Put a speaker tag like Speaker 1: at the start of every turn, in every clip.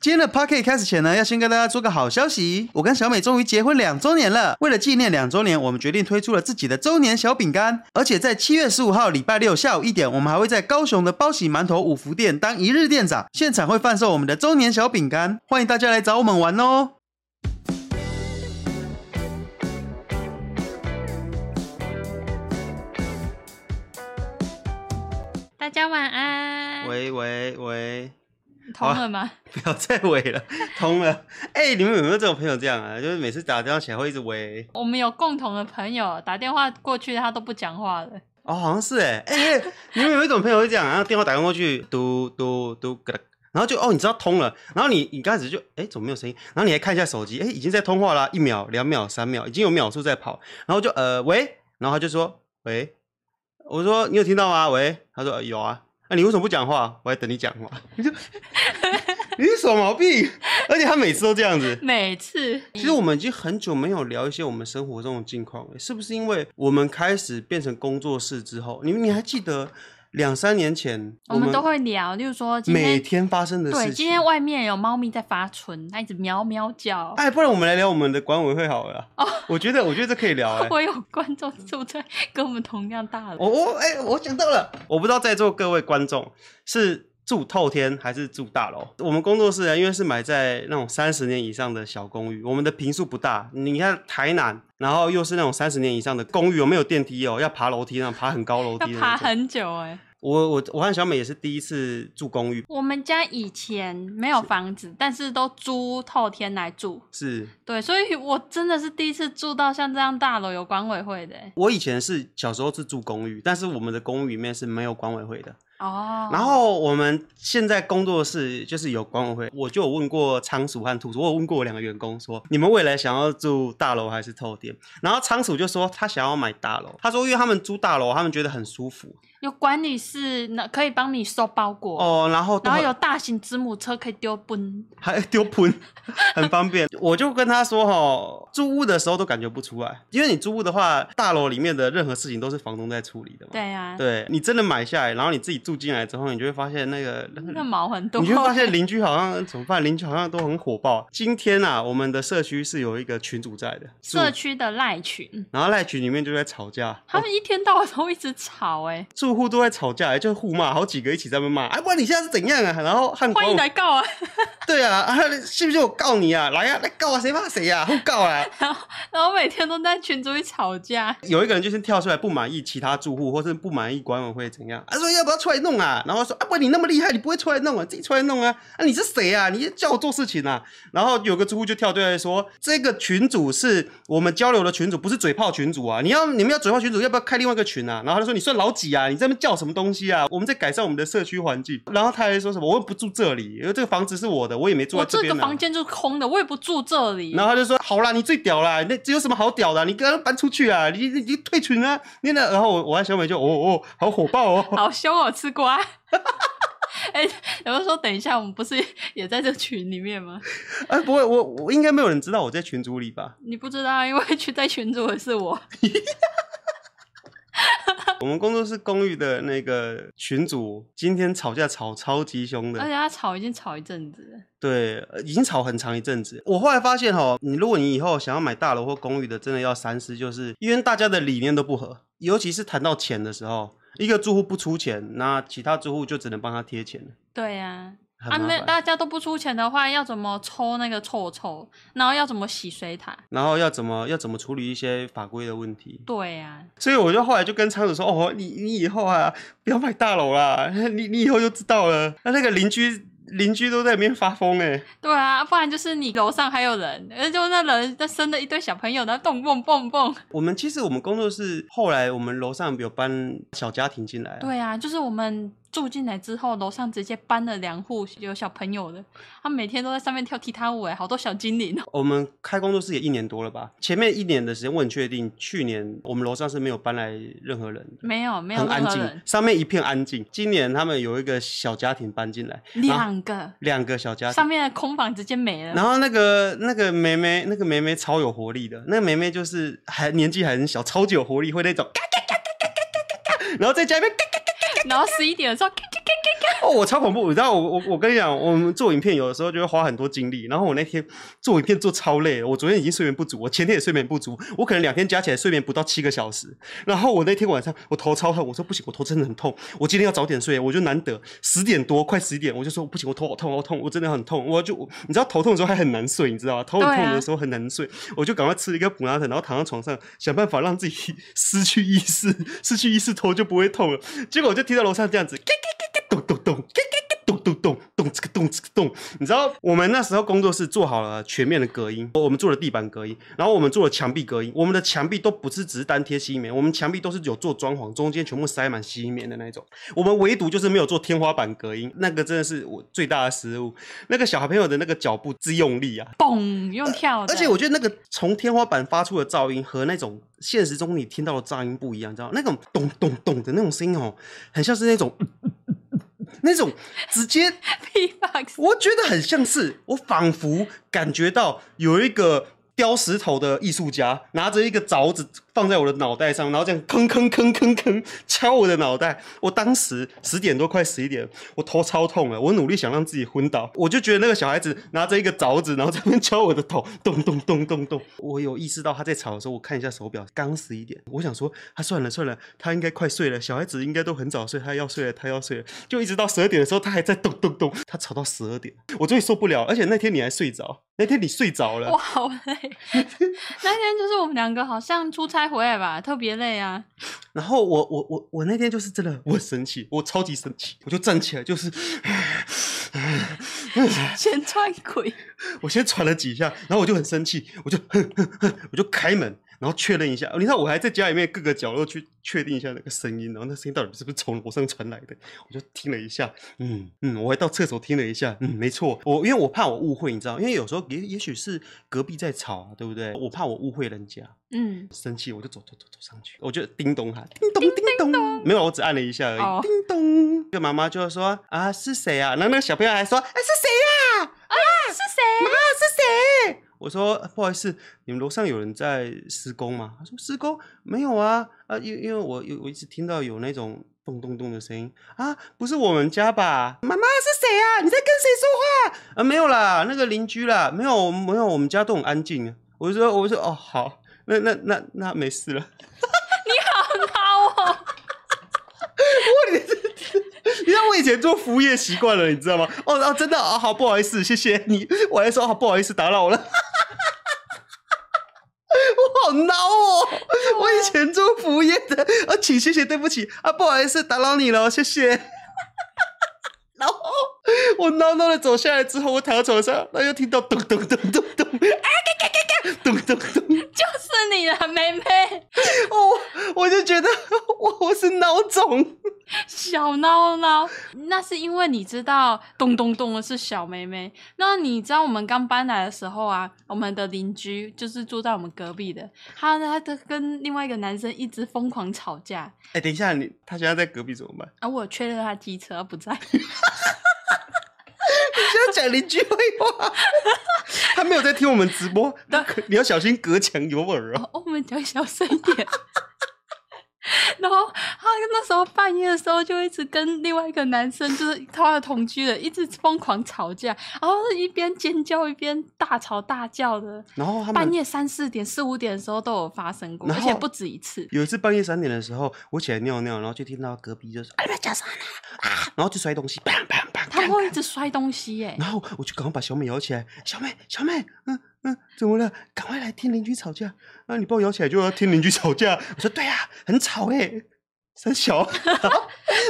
Speaker 1: 今天的 p o c k e t 开始前呢，要先跟大家说个好消息，我跟小美终于结婚两周年了。为了纪念两周年，我们决定推出了自己的周年小饼干，而且在七月十五号礼拜六下午一点，我们还会在高雄的包喜馒头五福店当一日店长，现场会贩售我们的周年小饼干，欢迎大家来找我们玩哦。
Speaker 2: 大家晚安。
Speaker 1: 喂喂喂，
Speaker 2: 通了吗？
Speaker 1: 不要再喂了，通了。哎、你们有没有这种朋友这样啊？就是每次打电话起来会一直喂。
Speaker 2: 我们有共同的朋友打电话过去，他都不讲话了。
Speaker 1: 哦，好像是哎哎、欸你们有没有一种朋友会这样，然后电话打过去，嘟嘟嘟，咯然后就哦，你知道通了，然后你你刚开始就哎、诶怎么没有声音？然后你还看一下手机，哎、已经在通话啦，一秒、两秒、三秒，已经有秒数在跑，然后就呃喂，然后他就说喂，我说你有听到吗？喂，他说、呃有啊，那、你为什么不讲话？我还等你讲话， 你就你是什么毛病？而且他每次都这样子，
Speaker 2: 每次
Speaker 1: 其实我们已经很久没有聊一些我们生活中的近况了，是不是因为我们开始变成工作室之后，你你还记得两三年前
Speaker 2: 我们都会聊，例如说今
Speaker 1: 每
Speaker 2: 天
Speaker 1: 天发生的事情？
Speaker 2: 对，今天外面有猫咪在发春，它一直喵喵叫。
Speaker 1: 哎，不然我们来聊我们的管委会好了啦。
Speaker 2: 哦
Speaker 1: 我觉得我觉得这可以聊哎、
Speaker 2: 我有观众是不是跟我们同样大的？
Speaker 1: 我我哎，我想到了，我不知道在座各位观众是住透天还是住大楼。我们工作室呢，啊因为是买在那种三十年以上的小公寓，我们的平数不大。你看台南，然后又是那种三十年以上的公寓，有没有电梯哦？要爬楼梯那种，爬很高楼
Speaker 2: 要
Speaker 1: 梯的
Speaker 2: 爬
Speaker 1: 那种。
Speaker 2: 很久哎、
Speaker 1: 我我我和小美也是第一次住公寓，
Speaker 2: 我们家以前没有房子，但是都租透天来住。
Speaker 1: 是
Speaker 2: 对，所以我真的是第一次住到像这样大楼有管委会的欸
Speaker 1: 我以前是小时候是住公寓，但是我们的公寓里面是没有管委会的。
Speaker 2: 哦。
Speaker 1: 然后我们现在工作室就是有管委会，我就有问过仓鼠和兔鼠，我有问过我两个员工说，你们未来想要住大楼还是透天？然后仓鼠就说他想要买大楼，他说因为他们租大楼，他们觉得很舒服
Speaker 2: 有管理室，那可以帮你收包裹，
Speaker 1: 哦，然后都
Speaker 2: 然后
Speaker 1: 很
Speaker 2: 有大型字母车可以丢奔。
Speaker 1: 还丢盆，很方便。我就跟他说哈，租屋的时候都感觉不出来，因为你租屋的话，大楼里面的任何事情都是房东在处理的嘛。
Speaker 2: 对啊，
Speaker 1: 对你真的买下来，然后你自己住进来之后，你就会发现那个那个
Speaker 2: 那毛很多。
Speaker 1: 你就会发现邻居好像怎么办？邻居好像都很火爆。今天啊，我们的社区是有一个群主在的，
Speaker 2: 社
Speaker 1: 住
Speaker 2: 区的赖群，嗯
Speaker 1: 然后赖群里面就在吵架，
Speaker 2: 他们一天到晚都一直吵、欸，
Speaker 1: 住户都在吵架，就互骂，好几个一起在那边骂，哎，不然你现在是怎样啊？然后汉
Speaker 2: 欢
Speaker 1: 光
Speaker 2: 迎来告
Speaker 1: 哦
Speaker 2: 啊！
Speaker 1: 对啊，啊，是不是我告你啊？来呀、啊，来告啊，谁怕谁呀、啊？互告啊！
Speaker 2: 然后每天都在群组里吵架，
Speaker 1: 有一个人就是跳出来不满意其他住户，或是不满意管委会怎样，他、啊、说要不要出来弄啊？然后说啊，不然你那么厉害，你不会出来弄啊，自己出来弄啊？啊，你是谁啊？你叫我做事情啊？然后有个住户就跳出来说，这个群主是我们交流的群主，不是嘴炮群主啊！你要你们要嘴炮群主，要不要开另外一个群啊？然后他就说你算老几啊？你在那边叫什么东西啊？我们在改善我们的社区环境。然后他还说什么我又不住这里，因为这个房子是我的，我也没住
Speaker 2: 我
Speaker 1: 在这
Speaker 2: 这
Speaker 1: 边、啊。
Speaker 2: 个房间就是空的，我也不住这里。
Speaker 1: 然后他就说：“好啦，你最屌啦，那这有什么好屌的啊、你刚刚搬出去啊，你你你退群啊，你那……然后我我和小美就哦哦，好火爆 哦。
Speaker 2: 好凶哦，吃瓜。哎、有人说等一下，我们不是也在这群里面吗？
Speaker 1: 哎，不会，我我应该没有人知道我在群组里吧？
Speaker 2: 你不知道，因为去在群组的是我。
Speaker 1: 我们工作室公寓的那个群组今天吵架吵超级凶
Speaker 2: 而且
Speaker 1: 的，
Speaker 2: 他吵已经吵一阵子了，
Speaker 1: 对，呃已经吵很长一阵子。我后来发现哦，你如果你以后想要买大楼或公寓的，真的要三思，就是因为大家的理念都不合，尤其是谈到钱的时候，一个住户不出钱，那其他住户就只能帮他贴钱了。
Speaker 2: 对呀、啊，
Speaker 1: 很麻
Speaker 2: 那
Speaker 1: 烦。
Speaker 2: 大家都不出钱的话，要怎么抽那个臭臭？然后要怎么洗水塔？
Speaker 1: 然后要怎么要怎么处理一些法规的问题。
Speaker 2: 对啊呀、
Speaker 1: 所以我就后来就跟仓鼠说：“哦，你你以后啊，不要买大楼啦，你你以后就知道了。”那那个邻居邻居都在里面发疯哎、
Speaker 2: 对啊，不然就是你楼上还有人，呃，就那人在生了一堆小朋友，然后蹦蹦蹦蹦。
Speaker 1: 我们其实我们工作室后来我们楼上有搬小家庭进来、啊，
Speaker 2: 对啊，就是我们住进来之后，楼上直接搬了两户有小朋友的，他每天都在上面跳踢踏舞，哎，好多小精灵哦。
Speaker 1: 我们开工作室也一年多了吧？前面一年的时间我很确定，去年我们楼上是没有搬来任何人的。
Speaker 2: 没有，没有
Speaker 1: 很
Speaker 2: 任
Speaker 1: 安
Speaker 2: 何
Speaker 1: 静
Speaker 2: 人，，
Speaker 1: 上面一片安静。今年他们有一个小家庭搬进来，然后
Speaker 2: 两个
Speaker 1: 两个小家庭，
Speaker 2: 上面的空房直接没了。
Speaker 1: 然后那个那个梅梅，那个梅梅超有活力的，那个梅梅就是还年纪还很小，超级有活力，会那种嘎嘎嘎嘎嘎嘎嘎嘎嘎，然后在家里面嘎嘎嘎，
Speaker 2: 然后十一点的时候，咔咔咔咔咔
Speaker 1: 哦，我超恐怖，你知道我我我跟你讲，我们做影片有的时候就会花很多精力，然后我那天做影片做超累了，我昨天已经睡眠不足，我前天也睡眠不足，我可能两天加起来睡眠不到七个小时，然后我那天晚上我头超痛，我说不行，我头真的很痛，我今天要早点睡，我就难得十点多快十一点，我就说不行，我头好痛好痛，我真的很痛，我就你知道头痛的时候还很难睡，你知道吗？头很痛的时候很难睡，我就赶快吃了一个补拉疼，然后躺在床上想办法让自己 失去意识，失去意识头就不会痛了。结果我就听到楼上这样子，咯咯咯咯咚咚咚，咯咯咯咚咚咚，咚这个咚这个咚。你知道我们那时候工作室做好了全面的隔音，我们做了地板隔音，然后我们做了墙壁隔音。我们的墙壁都不是只是单贴吸音棉，我们墙壁都是有做装潢，中间全部塞满吸音棉的那种。我们唯独就是没有做天花板隔音，那个真的是我最大的失误。那个小朋友的那个脚步之用力啊，
Speaker 2: 嘣用跳的，
Speaker 1: 而且我觉得那个从天花板发出的噪音和那种现实中你听到的噪音不一样，你知道吗那种咚咚咚的那种声音哦，很像是那种 那种直接，
Speaker 2: P box
Speaker 1: 我觉得很像是我仿佛感觉到有一个。雕石头的艺术家拿着一个凿子放在我的脑袋上，然后这样吭吭吭吭吭敲我的脑袋。我当时十点多快十一点，我头超痛了，我努力想让自己昏倒，我就觉得那个小孩子拿着一个凿子，然后在那边敲我的头，咚咚咚咚咚。我有意识到他在吵的时候，我看一下手表，刚十一点。我想说，他、算了算了，他应该快睡了，小孩子应该都很早睡，他要睡了，他要睡了。就一直到十二点的时候，他还在咚咚咚，他吵到十二点，我终于受不了。而且那天你还睡着，那天你睡着了
Speaker 2: 我。好累。那天就是我们两个好像出差回来吧，特别累啊。
Speaker 1: 然后我我我我那天就是真的，我很生气，我超级生气，我就站起来，就是
Speaker 2: 先穿鬼，
Speaker 1: 我先喘了几下，然后我就很生气，我就哼哼哼，我就开门，然后确认一下。哦你看，我还在家里面各个角落去确定一下那个声音，然后那声音到底是不是从楼上传来的？我就听了一下，嗯嗯，我还到厕所听了一下，嗯，没错。我因为我怕我误会，你知道，因为有时候也也许是隔壁在吵啊，对不对？我怕我误会人家，
Speaker 2: 嗯，
Speaker 1: 生气，我就走走走走上去，我就叮咚喊，叮咚叮咚，没有，我只按了一下而已，
Speaker 2: 哦
Speaker 1: 叮咚。这个妈妈就说啊是谁啊？然后那个小朋友还说哎、是谁呀、
Speaker 2: 是谁？
Speaker 1: 妈是谁？我说呃不好意思，你们楼上有人在施工吗？他说施工没有啊，啊，因因为我有我一直听到有那种咚咚咚的声音啊，不是我们家吧？妈妈是谁啊？你在跟谁说话？啊，没有啦，那个邻居啦，没有没有，我们家都很安静。啊我就说我就说哦好，那那那那没事了。
Speaker 2: 你好孬啊哦，
Speaker 1: 你知道我以前做服务业习惯了，你知道吗？哦哦，真的啊、哦，好不好意思，谢谢你。我还说好、哦不好意思打扰了， 我好孬哦！我以前做服务业的，啊，请谢谢，对不起啊，不好意思打扰你了，谢 谢。然后我孬孬的走下来之后，我躺在床上，然后又听到咚咚咚咚咚，哎，嘎嘎嘎嘎，咚咚咚。
Speaker 2: 就是你了，妹妹，
Speaker 1: 哦，我就觉得 我我是孬种。
Speaker 2: 小孬孬。那是因为你知道咚咚咚的是小妹妹。那你知道我们刚搬来的时候啊，我们的邻居就是住在我们隔壁的，他他他跟另外一个男生一直疯狂吵架，
Speaker 1: 哎，等一下，你他现在在隔壁怎么办？
Speaker 2: 而我有确认他机车他不在。
Speaker 1: 就讲邻居坏话，他没有在听我们直播，
Speaker 2: 对
Speaker 1: 可你要小心隔墙有耳哦。
Speaker 2: 哦，我们讲小声一点。 然后他那时候半夜的时候，就一直跟另外一个男生，就是他的同居的，一直疯狂吵架，然后是一边尖叫一边大吵大叫的。
Speaker 1: 然后他
Speaker 2: 半
Speaker 1: 们
Speaker 2: 夜三四点、四五点的时候都有发生过，
Speaker 1: 然
Speaker 2: 而且
Speaker 1: 后
Speaker 2: 不止一次。
Speaker 1: 有一次半夜三点的时候，我起来尿尿，然后就听到隔壁就说：“哎，不要叫声啊！”啊，然后就摔东西，砰砰砰。
Speaker 2: 他
Speaker 1: 砰
Speaker 2: 会一直摔东西耶、
Speaker 1: 然后我就赶快把小美摇起来，小美，小美，嗯嗯，怎么了？赶快来听邻居吵架啊！你把我摇起来就要听邻居吵架。我说对啊，很吵哎、三小。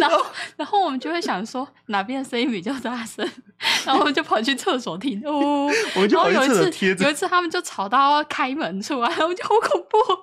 Speaker 2: 然后，然后我们就会想说哪边声音比较大声， 然后我们就跑去厕所听哦。
Speaker 1: 我就 跑去
Speaker 2: 然后有一
Speaker 1: 厕所
Speaker 2: 次
Speaker 1: 贴着
Speaker 2: 有一次他们就吵到开门出来，我就好恐怖。哦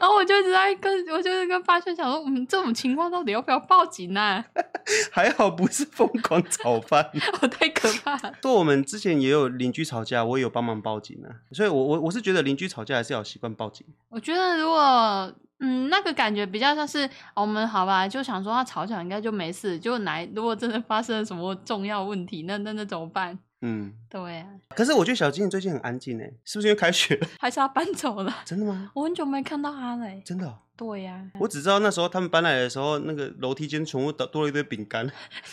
Speaker 2: 然后我就一直在跟，我就是跟发轩想说，嗯，这种情况到底要不要报警啊？
Speaker 1: 还好不是疯狂炒饭。
Speaker 2: 我太可怕了。
Speaker 1: 对，我们之前也有邻居吵架，我也有帮忙报警啊，所以我我我是觉得邻居吵架还是要有习惯报警。
Speaker 2: 我觉得如果嗯，那个感觉比较像是、哦我们好吧，就想说他吵吵应该就没事，就来如果真的发生了什么重要问题，那那那怎么办？
Speaker 1: 嗯，
Speaker 2: 对啊，
Speaker 1: 可是我觉得小金最近很安静哎、是不是因为开学了？
Speaker 2: 还是他搬走了，
Speaker 1: 真的吗？
Speaker 2: 我很久没看到他了欸、
Speaker 1: 真的哦、
Speaker 2: 对呀、
Speaker 1: 我只知道那时候他们搬来的时候，那个楼梯间全部多多了一堆饼干。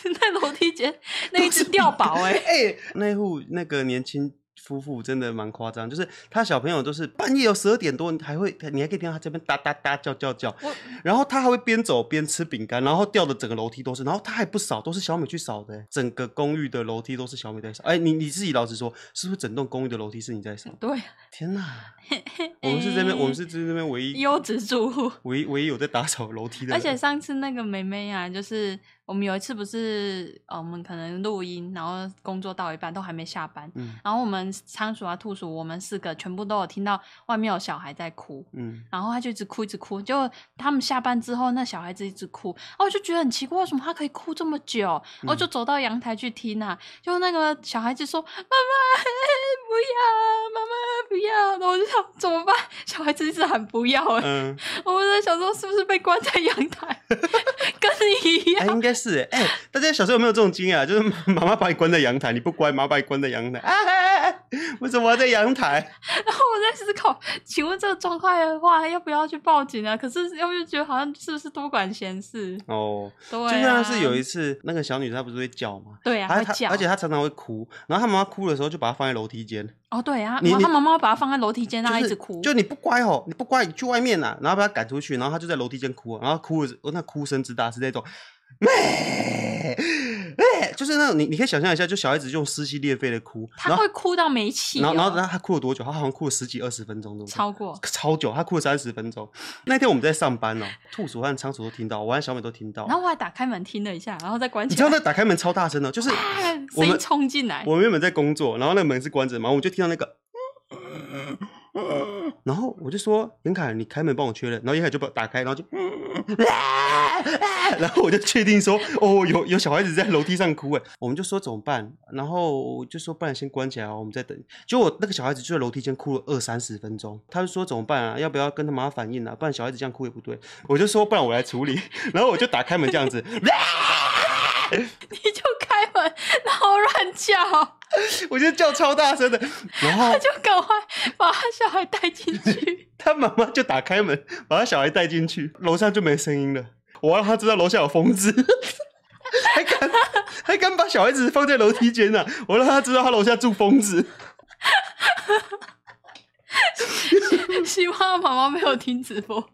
Speaker 2: 那楼梯间那一只掉宝哎、
Speaker 1: 哎、那户那个年轻夫妇真的蛮夸张，就是他小朋友都是半夜有十二点多，你还会你还可以听到他这边哒哒哒叫叫叫，
Speaker 2: 我
Speaker 1: 然后他还会边走边吃饼干，然后掉的整个楼梯都是，然后他还不扫，都是小美去扫的，整个公寓的楼梯都是小美在扫。哎、你你自己老实说，是不是整栋公寓的楼梯是你在扫？
Speaker 2: 对，
Speaker 1: 天哪，我们是这边我们是这边唯一
Speaker 2: 嗯优质住户。
Speaker 1: 唯一唯一有在打扫楼梯的人，
Speaker 2: 而且上次那个梅梅啊，就是我们有一次不是，呃，我们可能录音，然后工作到一半都还没下班，
Speaker 1: 嗯
Speaker 2: 然后我们仓鼠啊、兔鼠，我们四个全部都有听到外面有小孩在哭，
Speaker 1: 嗯，
Speaker 2: 然后他就一直哭，一直哭。结果他们下班之后，那小孩子一直哭，然后我就觉得很奇怪，为什么他可以哭这么久？然后
Speaker 1: 嗯
Speaker 2: 就走到阳台去听啊，就那个小孩子说：“妈妈，不要，妈妈不要。”然后我就想怎么办？小孩子一直喊不要、欸，
Speaker 1: 嗯，
Speaker 2: 我在想说是不是被关在阳台，跟你一
Speaker 1: 哎、
Speaker 2: 样。
Speaker 1: 应该是哎、哎大家小时候有没有这种经验啊？ 就是妈妈妈把你关在阳台，你不乖，妈妈把你关在 阳台。哎哎哎哎，为什么要在阳台？
Speaker 2: 然后我在思考，请问这个状况的话，要不要去报警啊？可是又又觉得好像是不是多管闲事？
Speaker 1: 哦，
Speaker 2: 对、
Speaker 1: 就
Speaker 2: 啊，
Speaker 1: 像是有一次，那个小女生她不是会叫吗？
Speaker 2: 对啊，
Speaker 1: 她
Speaker 2: 会
Speaker 1: 她
Speaker 2: 叫，
Speaker 1: 而且她常常会哭，然后她妈妈哭的时候就把她放在楼梯间，
Speaker 2: 哦对啊，
Speaker 1: 你
Speaker 2: 然后
Speaker 1: 你
Speaker 2: 他妈妈把他放在楼梯间，让他
Speaker 1: 就
Speaker 2: 一
Speaker 1: 是
Speaker 2: 直哭。
Speaker 1: 就你不乖哦，你不乖，你去外面啦、然后把她赶出去，然后她就在楼梯间哭，啊然后哭的那哭声之大是那种，哎、哎就是那种你你可以想象一下，就小孩子用撕心裂肺的哭，
Speaker 2: 他
Speaker 1: 然后
Speaker 2: 会哭到没气、哦，
Speaker 1: 然后然后然后她哭了多久？她好像哭了十几二十分钟，对不对？
Speaker 2: 超过
Speaker 1: 超久，她哭了三十分钟。那天我们在上班哦，兔鼠和仓鼠都听到，我和小美都听到
Speaker 2: 然。后我还打开门听了一下，然后再关
Speaker 1: 你
Speaker 2: 起
Speaker 1: 知道
Speaker 2: 来，
Speaker 1: 那打开门超大声的，就是
Speaker 2: 啊
Speaker 1: 我
Speaker 2: 声音
Speaker 1: 们
Speaker 2: 冲进来，
Speaker 1: 我们原本在工作，然后那个门是关着的嘛，我就听到那个，然后我就说严凯，你开门帮我确认，然后严凯就把打开，然后就，然后我就确定说，哦，有有小孩子在楼梯上哭哎，我们就说怎么办，然后我就说不然先关起来哦，我们再等。结果那个小孩子就在楼梯间哭了二三十分钟，他就说怎么办啊，要不要跟他妈反映啊，不然小孩子这样哭也不对。我就说不然我来处理， 然后我就打开门这样子，
Speaker 2: 你就开门，然后乱叫，
Speaker 1: 我就叫超大声的，然后
Speaker 2: 就赶快把他小孩带进去。
Speaker 1: 他妈妈就打开门，把他小孩带进去，楼上就没声音了。我让他知道楼下有疯子， 还敢还敢把小孩子放在楼梯间呢、啊？我让他知道他楼下住疯子。
Speaker 2: 希望妈妈没有听直播。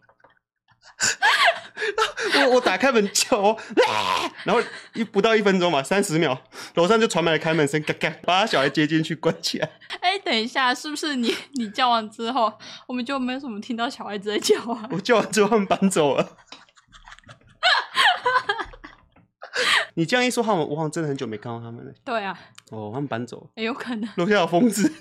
Speaker 1: 我我打开门叫哦，啊然后一不到一分钟吧，三十秒，楼上就传来了开门声，嘎嘎，把他小孩接进去关起来。
Speaker 2: 哎、等一下，是不是你你叫完之后，我们就没有什么听到小孩子在叫啊？
Speaker 1: 我叫完之后他们搬走了。 你这样一说，他们我好像真的很久没看到他们了。
Speaker 2: 对啊，
Speaker 1: 哦，他们搬走了。
Speaker 2: 也有可能。
Speaker 1: 楼下有疯 子。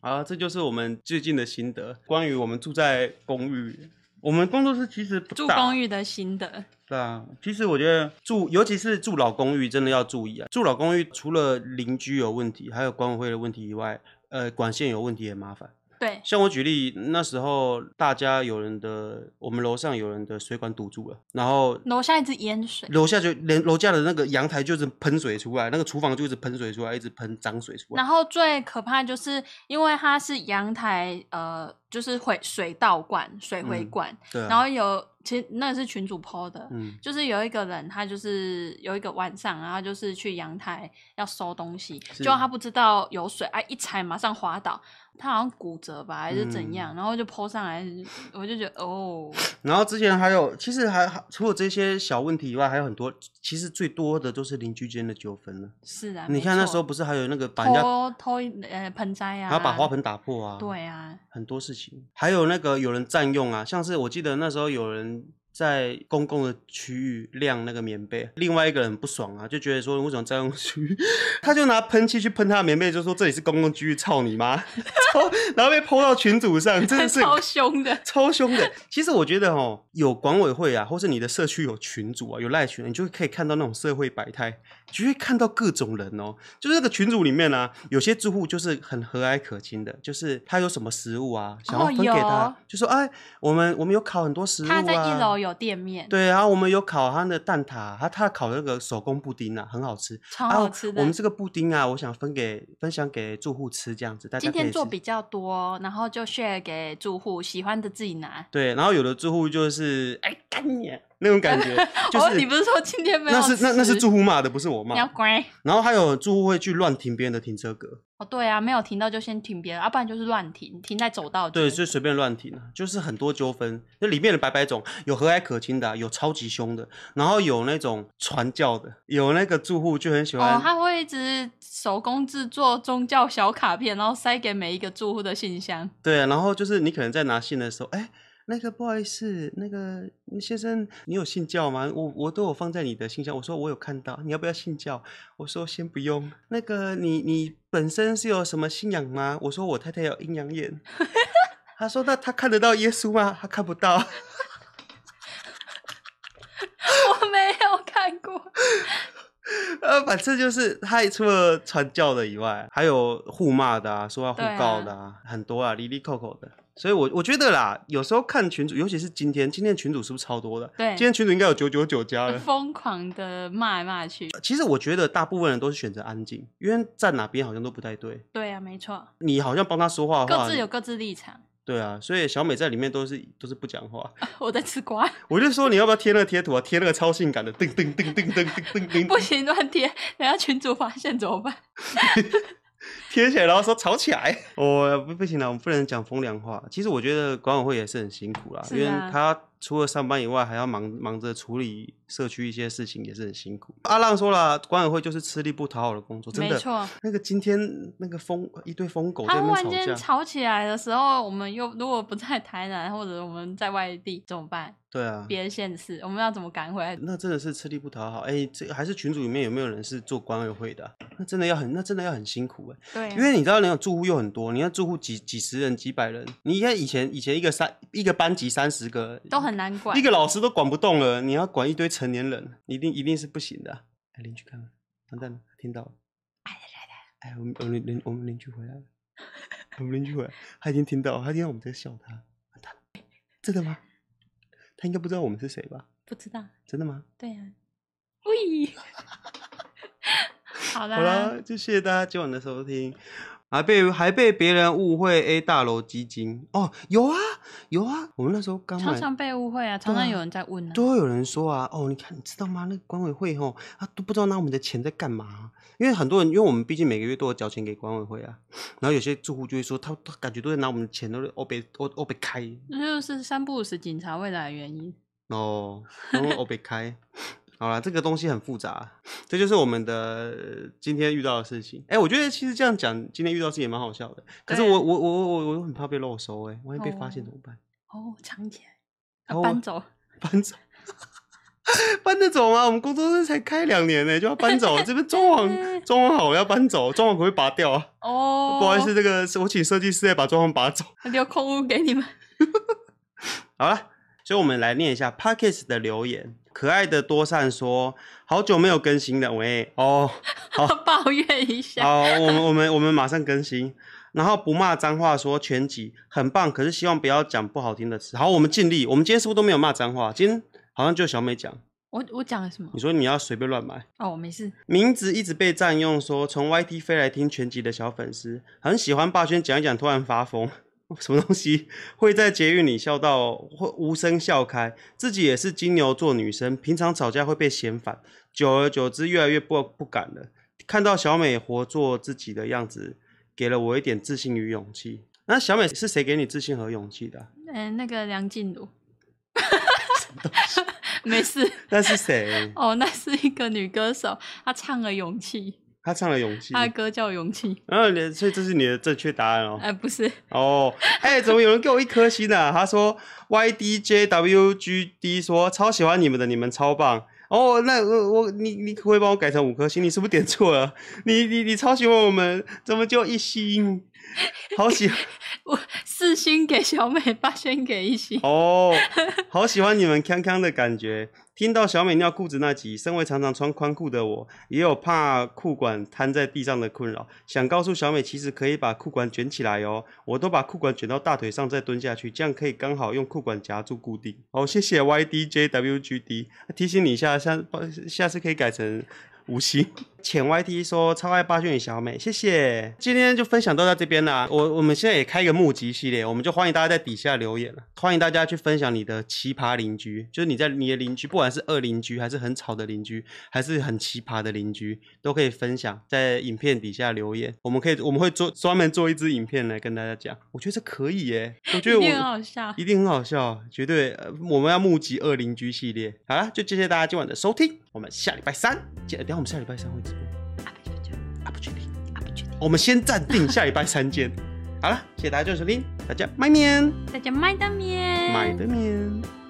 Speaker 1: 啊，这就是我们最近的心得，关于我们住在公寓。我们工作室其实不
Speaker 2: 住
Speaker 1: 大
Speaker 2: 公寓的心得，
Speaker 1: 对啊，其实我觉得住，尤其是住老公寓，真的要注意啊。住老公寓除了邻居有问题，还有管委会的问题以外，呃，管线有问题也麻烦。
Speaker 2: 对，
Speaker 1: 像我举例，那时候大家有人的，我们楼上有人的水管堵住了，然后
Speaker 2: 楼下一直淹水，
Speaker 1: 楼下就连楼下的那个阳台就是喷水出来，那个厨房就一直喷水出来，一直喷脏水出来。
Speaker 2: 然后最可怕就是因为它是阳台，呃，就是回水倒灌、水回
Speaker 1: 嗯
Speaker 2: 灌，
Speaker 1: 对、啊，
Speaker 2: 然后有其实那是群主 PO 的，
Speaker 1: 嗯
Speaker 2: 就是有一个人，他就是有一个晚上，然后就是去阳台要收东西，
Speaker 1: 是
Speaker 2: 结果他不知道有水，哎、一踩马上滑倒，他好像骨折吧，还是怎
Speaker 1: 嗯
Speaker 2: 样，然后就泼上来，我就觉得哦，
Speaker 1: 然后之前还有，其实还还除了这些小问题以外，还有很多，其实最多的都是邻居间的纠纷了。
Speaker 2: 是啊，
Speaker 1: 你看
Speaker 2: 没
Speaker 1: 那
Speaker 2: 错
Speaker 1: 时候不是还有那个把人家，
Speaker 2: 偷偷一呃盆栽啊，
Speaker 1: 还要把花盆打破啊，，
Speaker 2: 对啊，
Speaker 1: 很多事情，还有那个有人占用啊，像是我记得那时候有人。在公共的区域晾那个棉被，另外一个人不爽啊，就觉得说为什么占用区域， 他就拿喷漆去喷他的棉被，就说这里是公共区域，操你妈！ 操然后被泼到群组上， 真的是
Speaker 2: 超凶的，
Speaker 1: 超凶的。其实我觉得哦，有管委会啊，或是你的社区有群主啊，有赖群，你就可以看到那种社会百态，就会看到各种人哦。就是那个群组里面啊，有些住户就是很和蔼可亲的，就是他有什么食物啊，想要分给他，
Speaker 2: 哦有
Speaker 1: 就说哎，我们我们有烤很多食物啊，
Speaker 2: 他在一楼有店面，
Speaker 1: 对，然后我们有烤他的蛋挞，啊他他烤那个手工布丁啊，很好吃。
Speaker 2: 超
Speaker 1: 啊
Speaker 2: 好吃的。
Speaker 1: 我们这个布丁啊，我想分给分享给住户吃，这样子大家
Speaker 2: 今
Speaker 1: 可以
Speaker 2: 天做
Speaker 1: 吃
Speaker 2: 比较多，然后就 share 给住户，喜欢的自己拿。，
Speaker 1: 对，然后有的住户就是哎干你啊那种感觉 就
Speaker 2: 哦，
Speaker 1: 是
Speaker 2: 你不是说今天没有
Speaker 1: 那是那那是
Speaker 2: 吃
Speaker 1: 住户骂的，不是我
Speaker 2: 你要
Speaker 1: 骂。
Speaker 2: 乖
Speaker 1: 然后还有住户会去乱停别人的停车格，
Speaker 2: 哦，对啊，没有停到就先停别人，要、啊不然就是乱停，停在走道。
Speaker 1: 对，就随便乱停啊，就是很多纠纷。那里面的百百种，有和蔼可亲的啊、有超级凶的，然后有那种传教的，有那个住户就很喜欢。
Speaker 2: 哦，他会一直手工制作宗教小卡片，然后塞给每一个住户的信箱。
Speaker 1: 对，然后就是你可能在拿信的时候，哎，那个不好意思，那个先生，你有信教吗？我我都有放在你的信箱，我说我有看到，你要不要信教？我说先不用。那个你你本身是有什么信仰吗？我说我太太有阴阳眼。他说那他看得到耶稣吗？他看不到。
Speaker 2: 我没有看 过，
Speaker 1: 呃，反正就是他除了传教的以外，还有互骂的啊，说要互
Speaker 2: 对啊
Speaker 1: 告的啊，很多啊，离离扣扣的。所以我，我觉得啦，有时候看群主，尤其是今天，今天群主是不是超多的？
Speaker 2: 对
Speaker 1: 今天群主应该有九九九加了。
Speaker 2: 疯狂的骂来骂去。
Speaker 1: 其实我觉得大部分人都是选择安静，因为站哪边好像都不太对。
Speaker 2: 对啊，没错，
Speaker 1: 你好像帮他说话的话，
Speaker 2: 各自有各自立场。
Speaker 1: 对啊，所以小美在里面都是都是不讲话。
Speaker 2: 我在吃瓜，
Speaker 1: 我就说你要不要贴那个贴图啊？贴那个超性感的，噔噔噔噔噔噔噔噔，
Speaker 2: 不行乱贴，等下群主发现怎么办？
Speaker 1: 贴起来，然后说吵起 来。我不不行啊了，我们不能讲风凉话。其实我觉得管委会也是很辛苦啦，
Speaker 2: 是
Speaker 1: 因为
Speaker 2: 啊
Speaker 1: 他除了上班以外，还要忙忙着处理社区一些事情，也是很辛苦。阿浪说了，管委会就是吃力不讨好的工哦作，真
Speaker 2: 没
Speaker 1: 的。
Speaker 2: 错，
Speaker 1: 那个今天那个疯一对疯狗在
Speaker 2: 他忽
Speaker 1: 那
Speaker 2: 然
Speaker 1: 边吵
Speaker 2: 间
Speaker 1: 架，
Speaker 2: 吵起来的时候，我们又如果不在台南或者我们在外地怎么办？
Speaker 1: 对啊，
Speaker 2: 别的县市，我们要怎么赶回来？
Speaker 1: 那真的是吃力不讨好。哎、这还是群组里面有没有人是做管委会的啊、那真的要很，那真的要很辛苦哎、
Speaker 2: 对啊、
Speaker 1: 因为你知道，那种住户又很多，你看住户几几十人、几百人，你看以前以前一个三一个班级三十个
Speaker 2: 都很难管
Speaker 1: 一。个老师都管不动了，你要管一堆成年人，一定一定是不行的啊。哎，邻居看了，完蛋了，听到了。哎，我们我们邻我们邻居回来了，我们邻居回来，他已经听到了，他听到我们在笑他，完蛋了，真的吗？他应该不知道我们是谁吧？
Speaker 2: 不知道，
Speaker 1: 真的吗？
Speaker 2: 对呀、喂， 好啦，
Speaker 1: 好啦，就谢谢大家今晚的收听。还被还被别人误会 A 大楼基金哦，有啊有啊，我们那时候刚
Speaker 2: 常
Speaker 1: 买
Speaker 2: 常被误会啊，常
Speaker 1: 对啊
Speaker 2: 常有人在问啊，
Speaker 1: 都会有人说啊，哦，你看，你知道吗？那个管委会吼，他都不知道拿我们的钱在干嘛啊、因为很多人，因为我们毕竟每个月都有缴钱给管委会啊，然后有些住户就会说，他他感觉都在拿我们的钱，都是欧被欧欧被开
Speaker 2: 这就是三不五时警察会来的原因。
Speaker 1: 哦，然后欧被开。好啦，这个东西很复杂，这就是我们的呃今天遇到的事情。哎、我觉得其实这样讲，今天遇到的事情也蛮好笑的。可是
Speaker 2: 对啊
Speaker 1: 我我我我我很怕被漏收、哎，万一被发现
Speaker 2: 哦
Speaker 1: 怎么办？
Speaker 2: 哦，藏起来，
Speaker 1: 然
Speaker 2: 要
Speaker 1: 后我
Speaker 2: 搬走，
Speaker 1: 搬走，搬得走吗？我们工作室才开两年呢、就要搬走，这边装潢装潢好我要搬走，装潢可不可以拔掉啊？
Speaker 2: 哦，
Speaker 1: 哦不好意思，，这个是我请设计师来把装潢拔走。
Speaker 2: 留空屋给你们。
Speaker 1: 好了，所以我们来念一下 Parkes 的留言。可爱的多善说：“好久没有更新了，喂哦，
Speaker 2: 抱怨一下。
Speaker 1: 好，我们我们我们马上更新。”然后不骂脏话说全集很棒，可是希望不要讲不好听的词。好，我们尽力。我们今天是不是都没有骂脏话？今天好像就小美讲，
Speaker 2: 我我讲了什么
Speaker 1: 你？说你要随便乱买。
Speaker 2: 哦，我没事。
Speaker 1: 名字一直被占用说从 YT 飞来听全集的小粉丝，很喜欢霸轩讲一讲，突然发疯， 什么东西会在节育里笑到会无声笑开？自己也是金牛座女生，平常吵架会被嫌烦，久而久之越来越不不敢了。看到小美活做自己的样子，给了我一点自信与勇气。那小美是谁给你自信和勇气的 啊、
Speaker 2: 嗯、那个梁静茹， 没事。
Speaker 1: 那是谁？
Speaker 2: 哦，那是一个女歌手，她唱了《勇气》，
Speaker 1: 她唱了勇气。
Speaker 2: 她的歌叫《勇气》。
Speaker 1: 然后你， 所以这是你的正确答案哦。
Speaker 2: 哎、不是，
Speaker 1: 哦，哎、怎么有人给我一颗星呢、啊？他说 Y D J W G D 说超喜欢你们的，你们超棒。哦，那我我你你可不可以帮我改成五颗星？你是不是点错了？ 你你你超喜欢我们，怎么就一星？好喜
Speaker 2: 我是四星给小美，八星给一星。
Speaker 1: 哦，好喜欢你们康康的感觉。听到小美尿裤子那集，身为常常穿宽裤的我，也有怕裤管摊在地上的困扰。想告诉小美，其实可以把裤管卷起来哦。我都把裤管卷到大腿上再蹲下去，这样可以刚好用裤管夹住固定。哦，谢谢 YDJWGD，提啊醒你一下，下下次可以改成五星。浅 YT 说超爱八圈与小美，谢谢。今天就分享到这边啦。我我们现在也开一个募集系列，我们就欢迎大家在底下留言了，欢迎大家去分享你的奇葩邻居，就是你在你的邻居，不管是恶邻居，还是很吵的邻居，还是很奇葩的邻居，都可以分享在影片底下留言。我们可以我们会做专门做一支影片来跟大家讲，我觉得这可以耶、我觉得
Speaker 2: 一
Speaker 1: 我
Speaker 2: 定很好笑。
Speaker 1: 一定很好笑，绝对、呃我们要募集恶邻居系列。好了，就谢谢大家今晚的收听，我们下礼拜三见。呃等一下我们下礼拜三会直播
Speaker 2: 啊不确定
Speaker 1: 啊，不确定，
Speaker 2: 啊不确定
Speaker 1: 我们先暂定下礼拜三见。
Speaker 2: 嗯
Speaker 1: 好了，谢谢大家的收听，大家麦面，
Speaker 2: 大家麦当面，
Speaker 1: 买的面。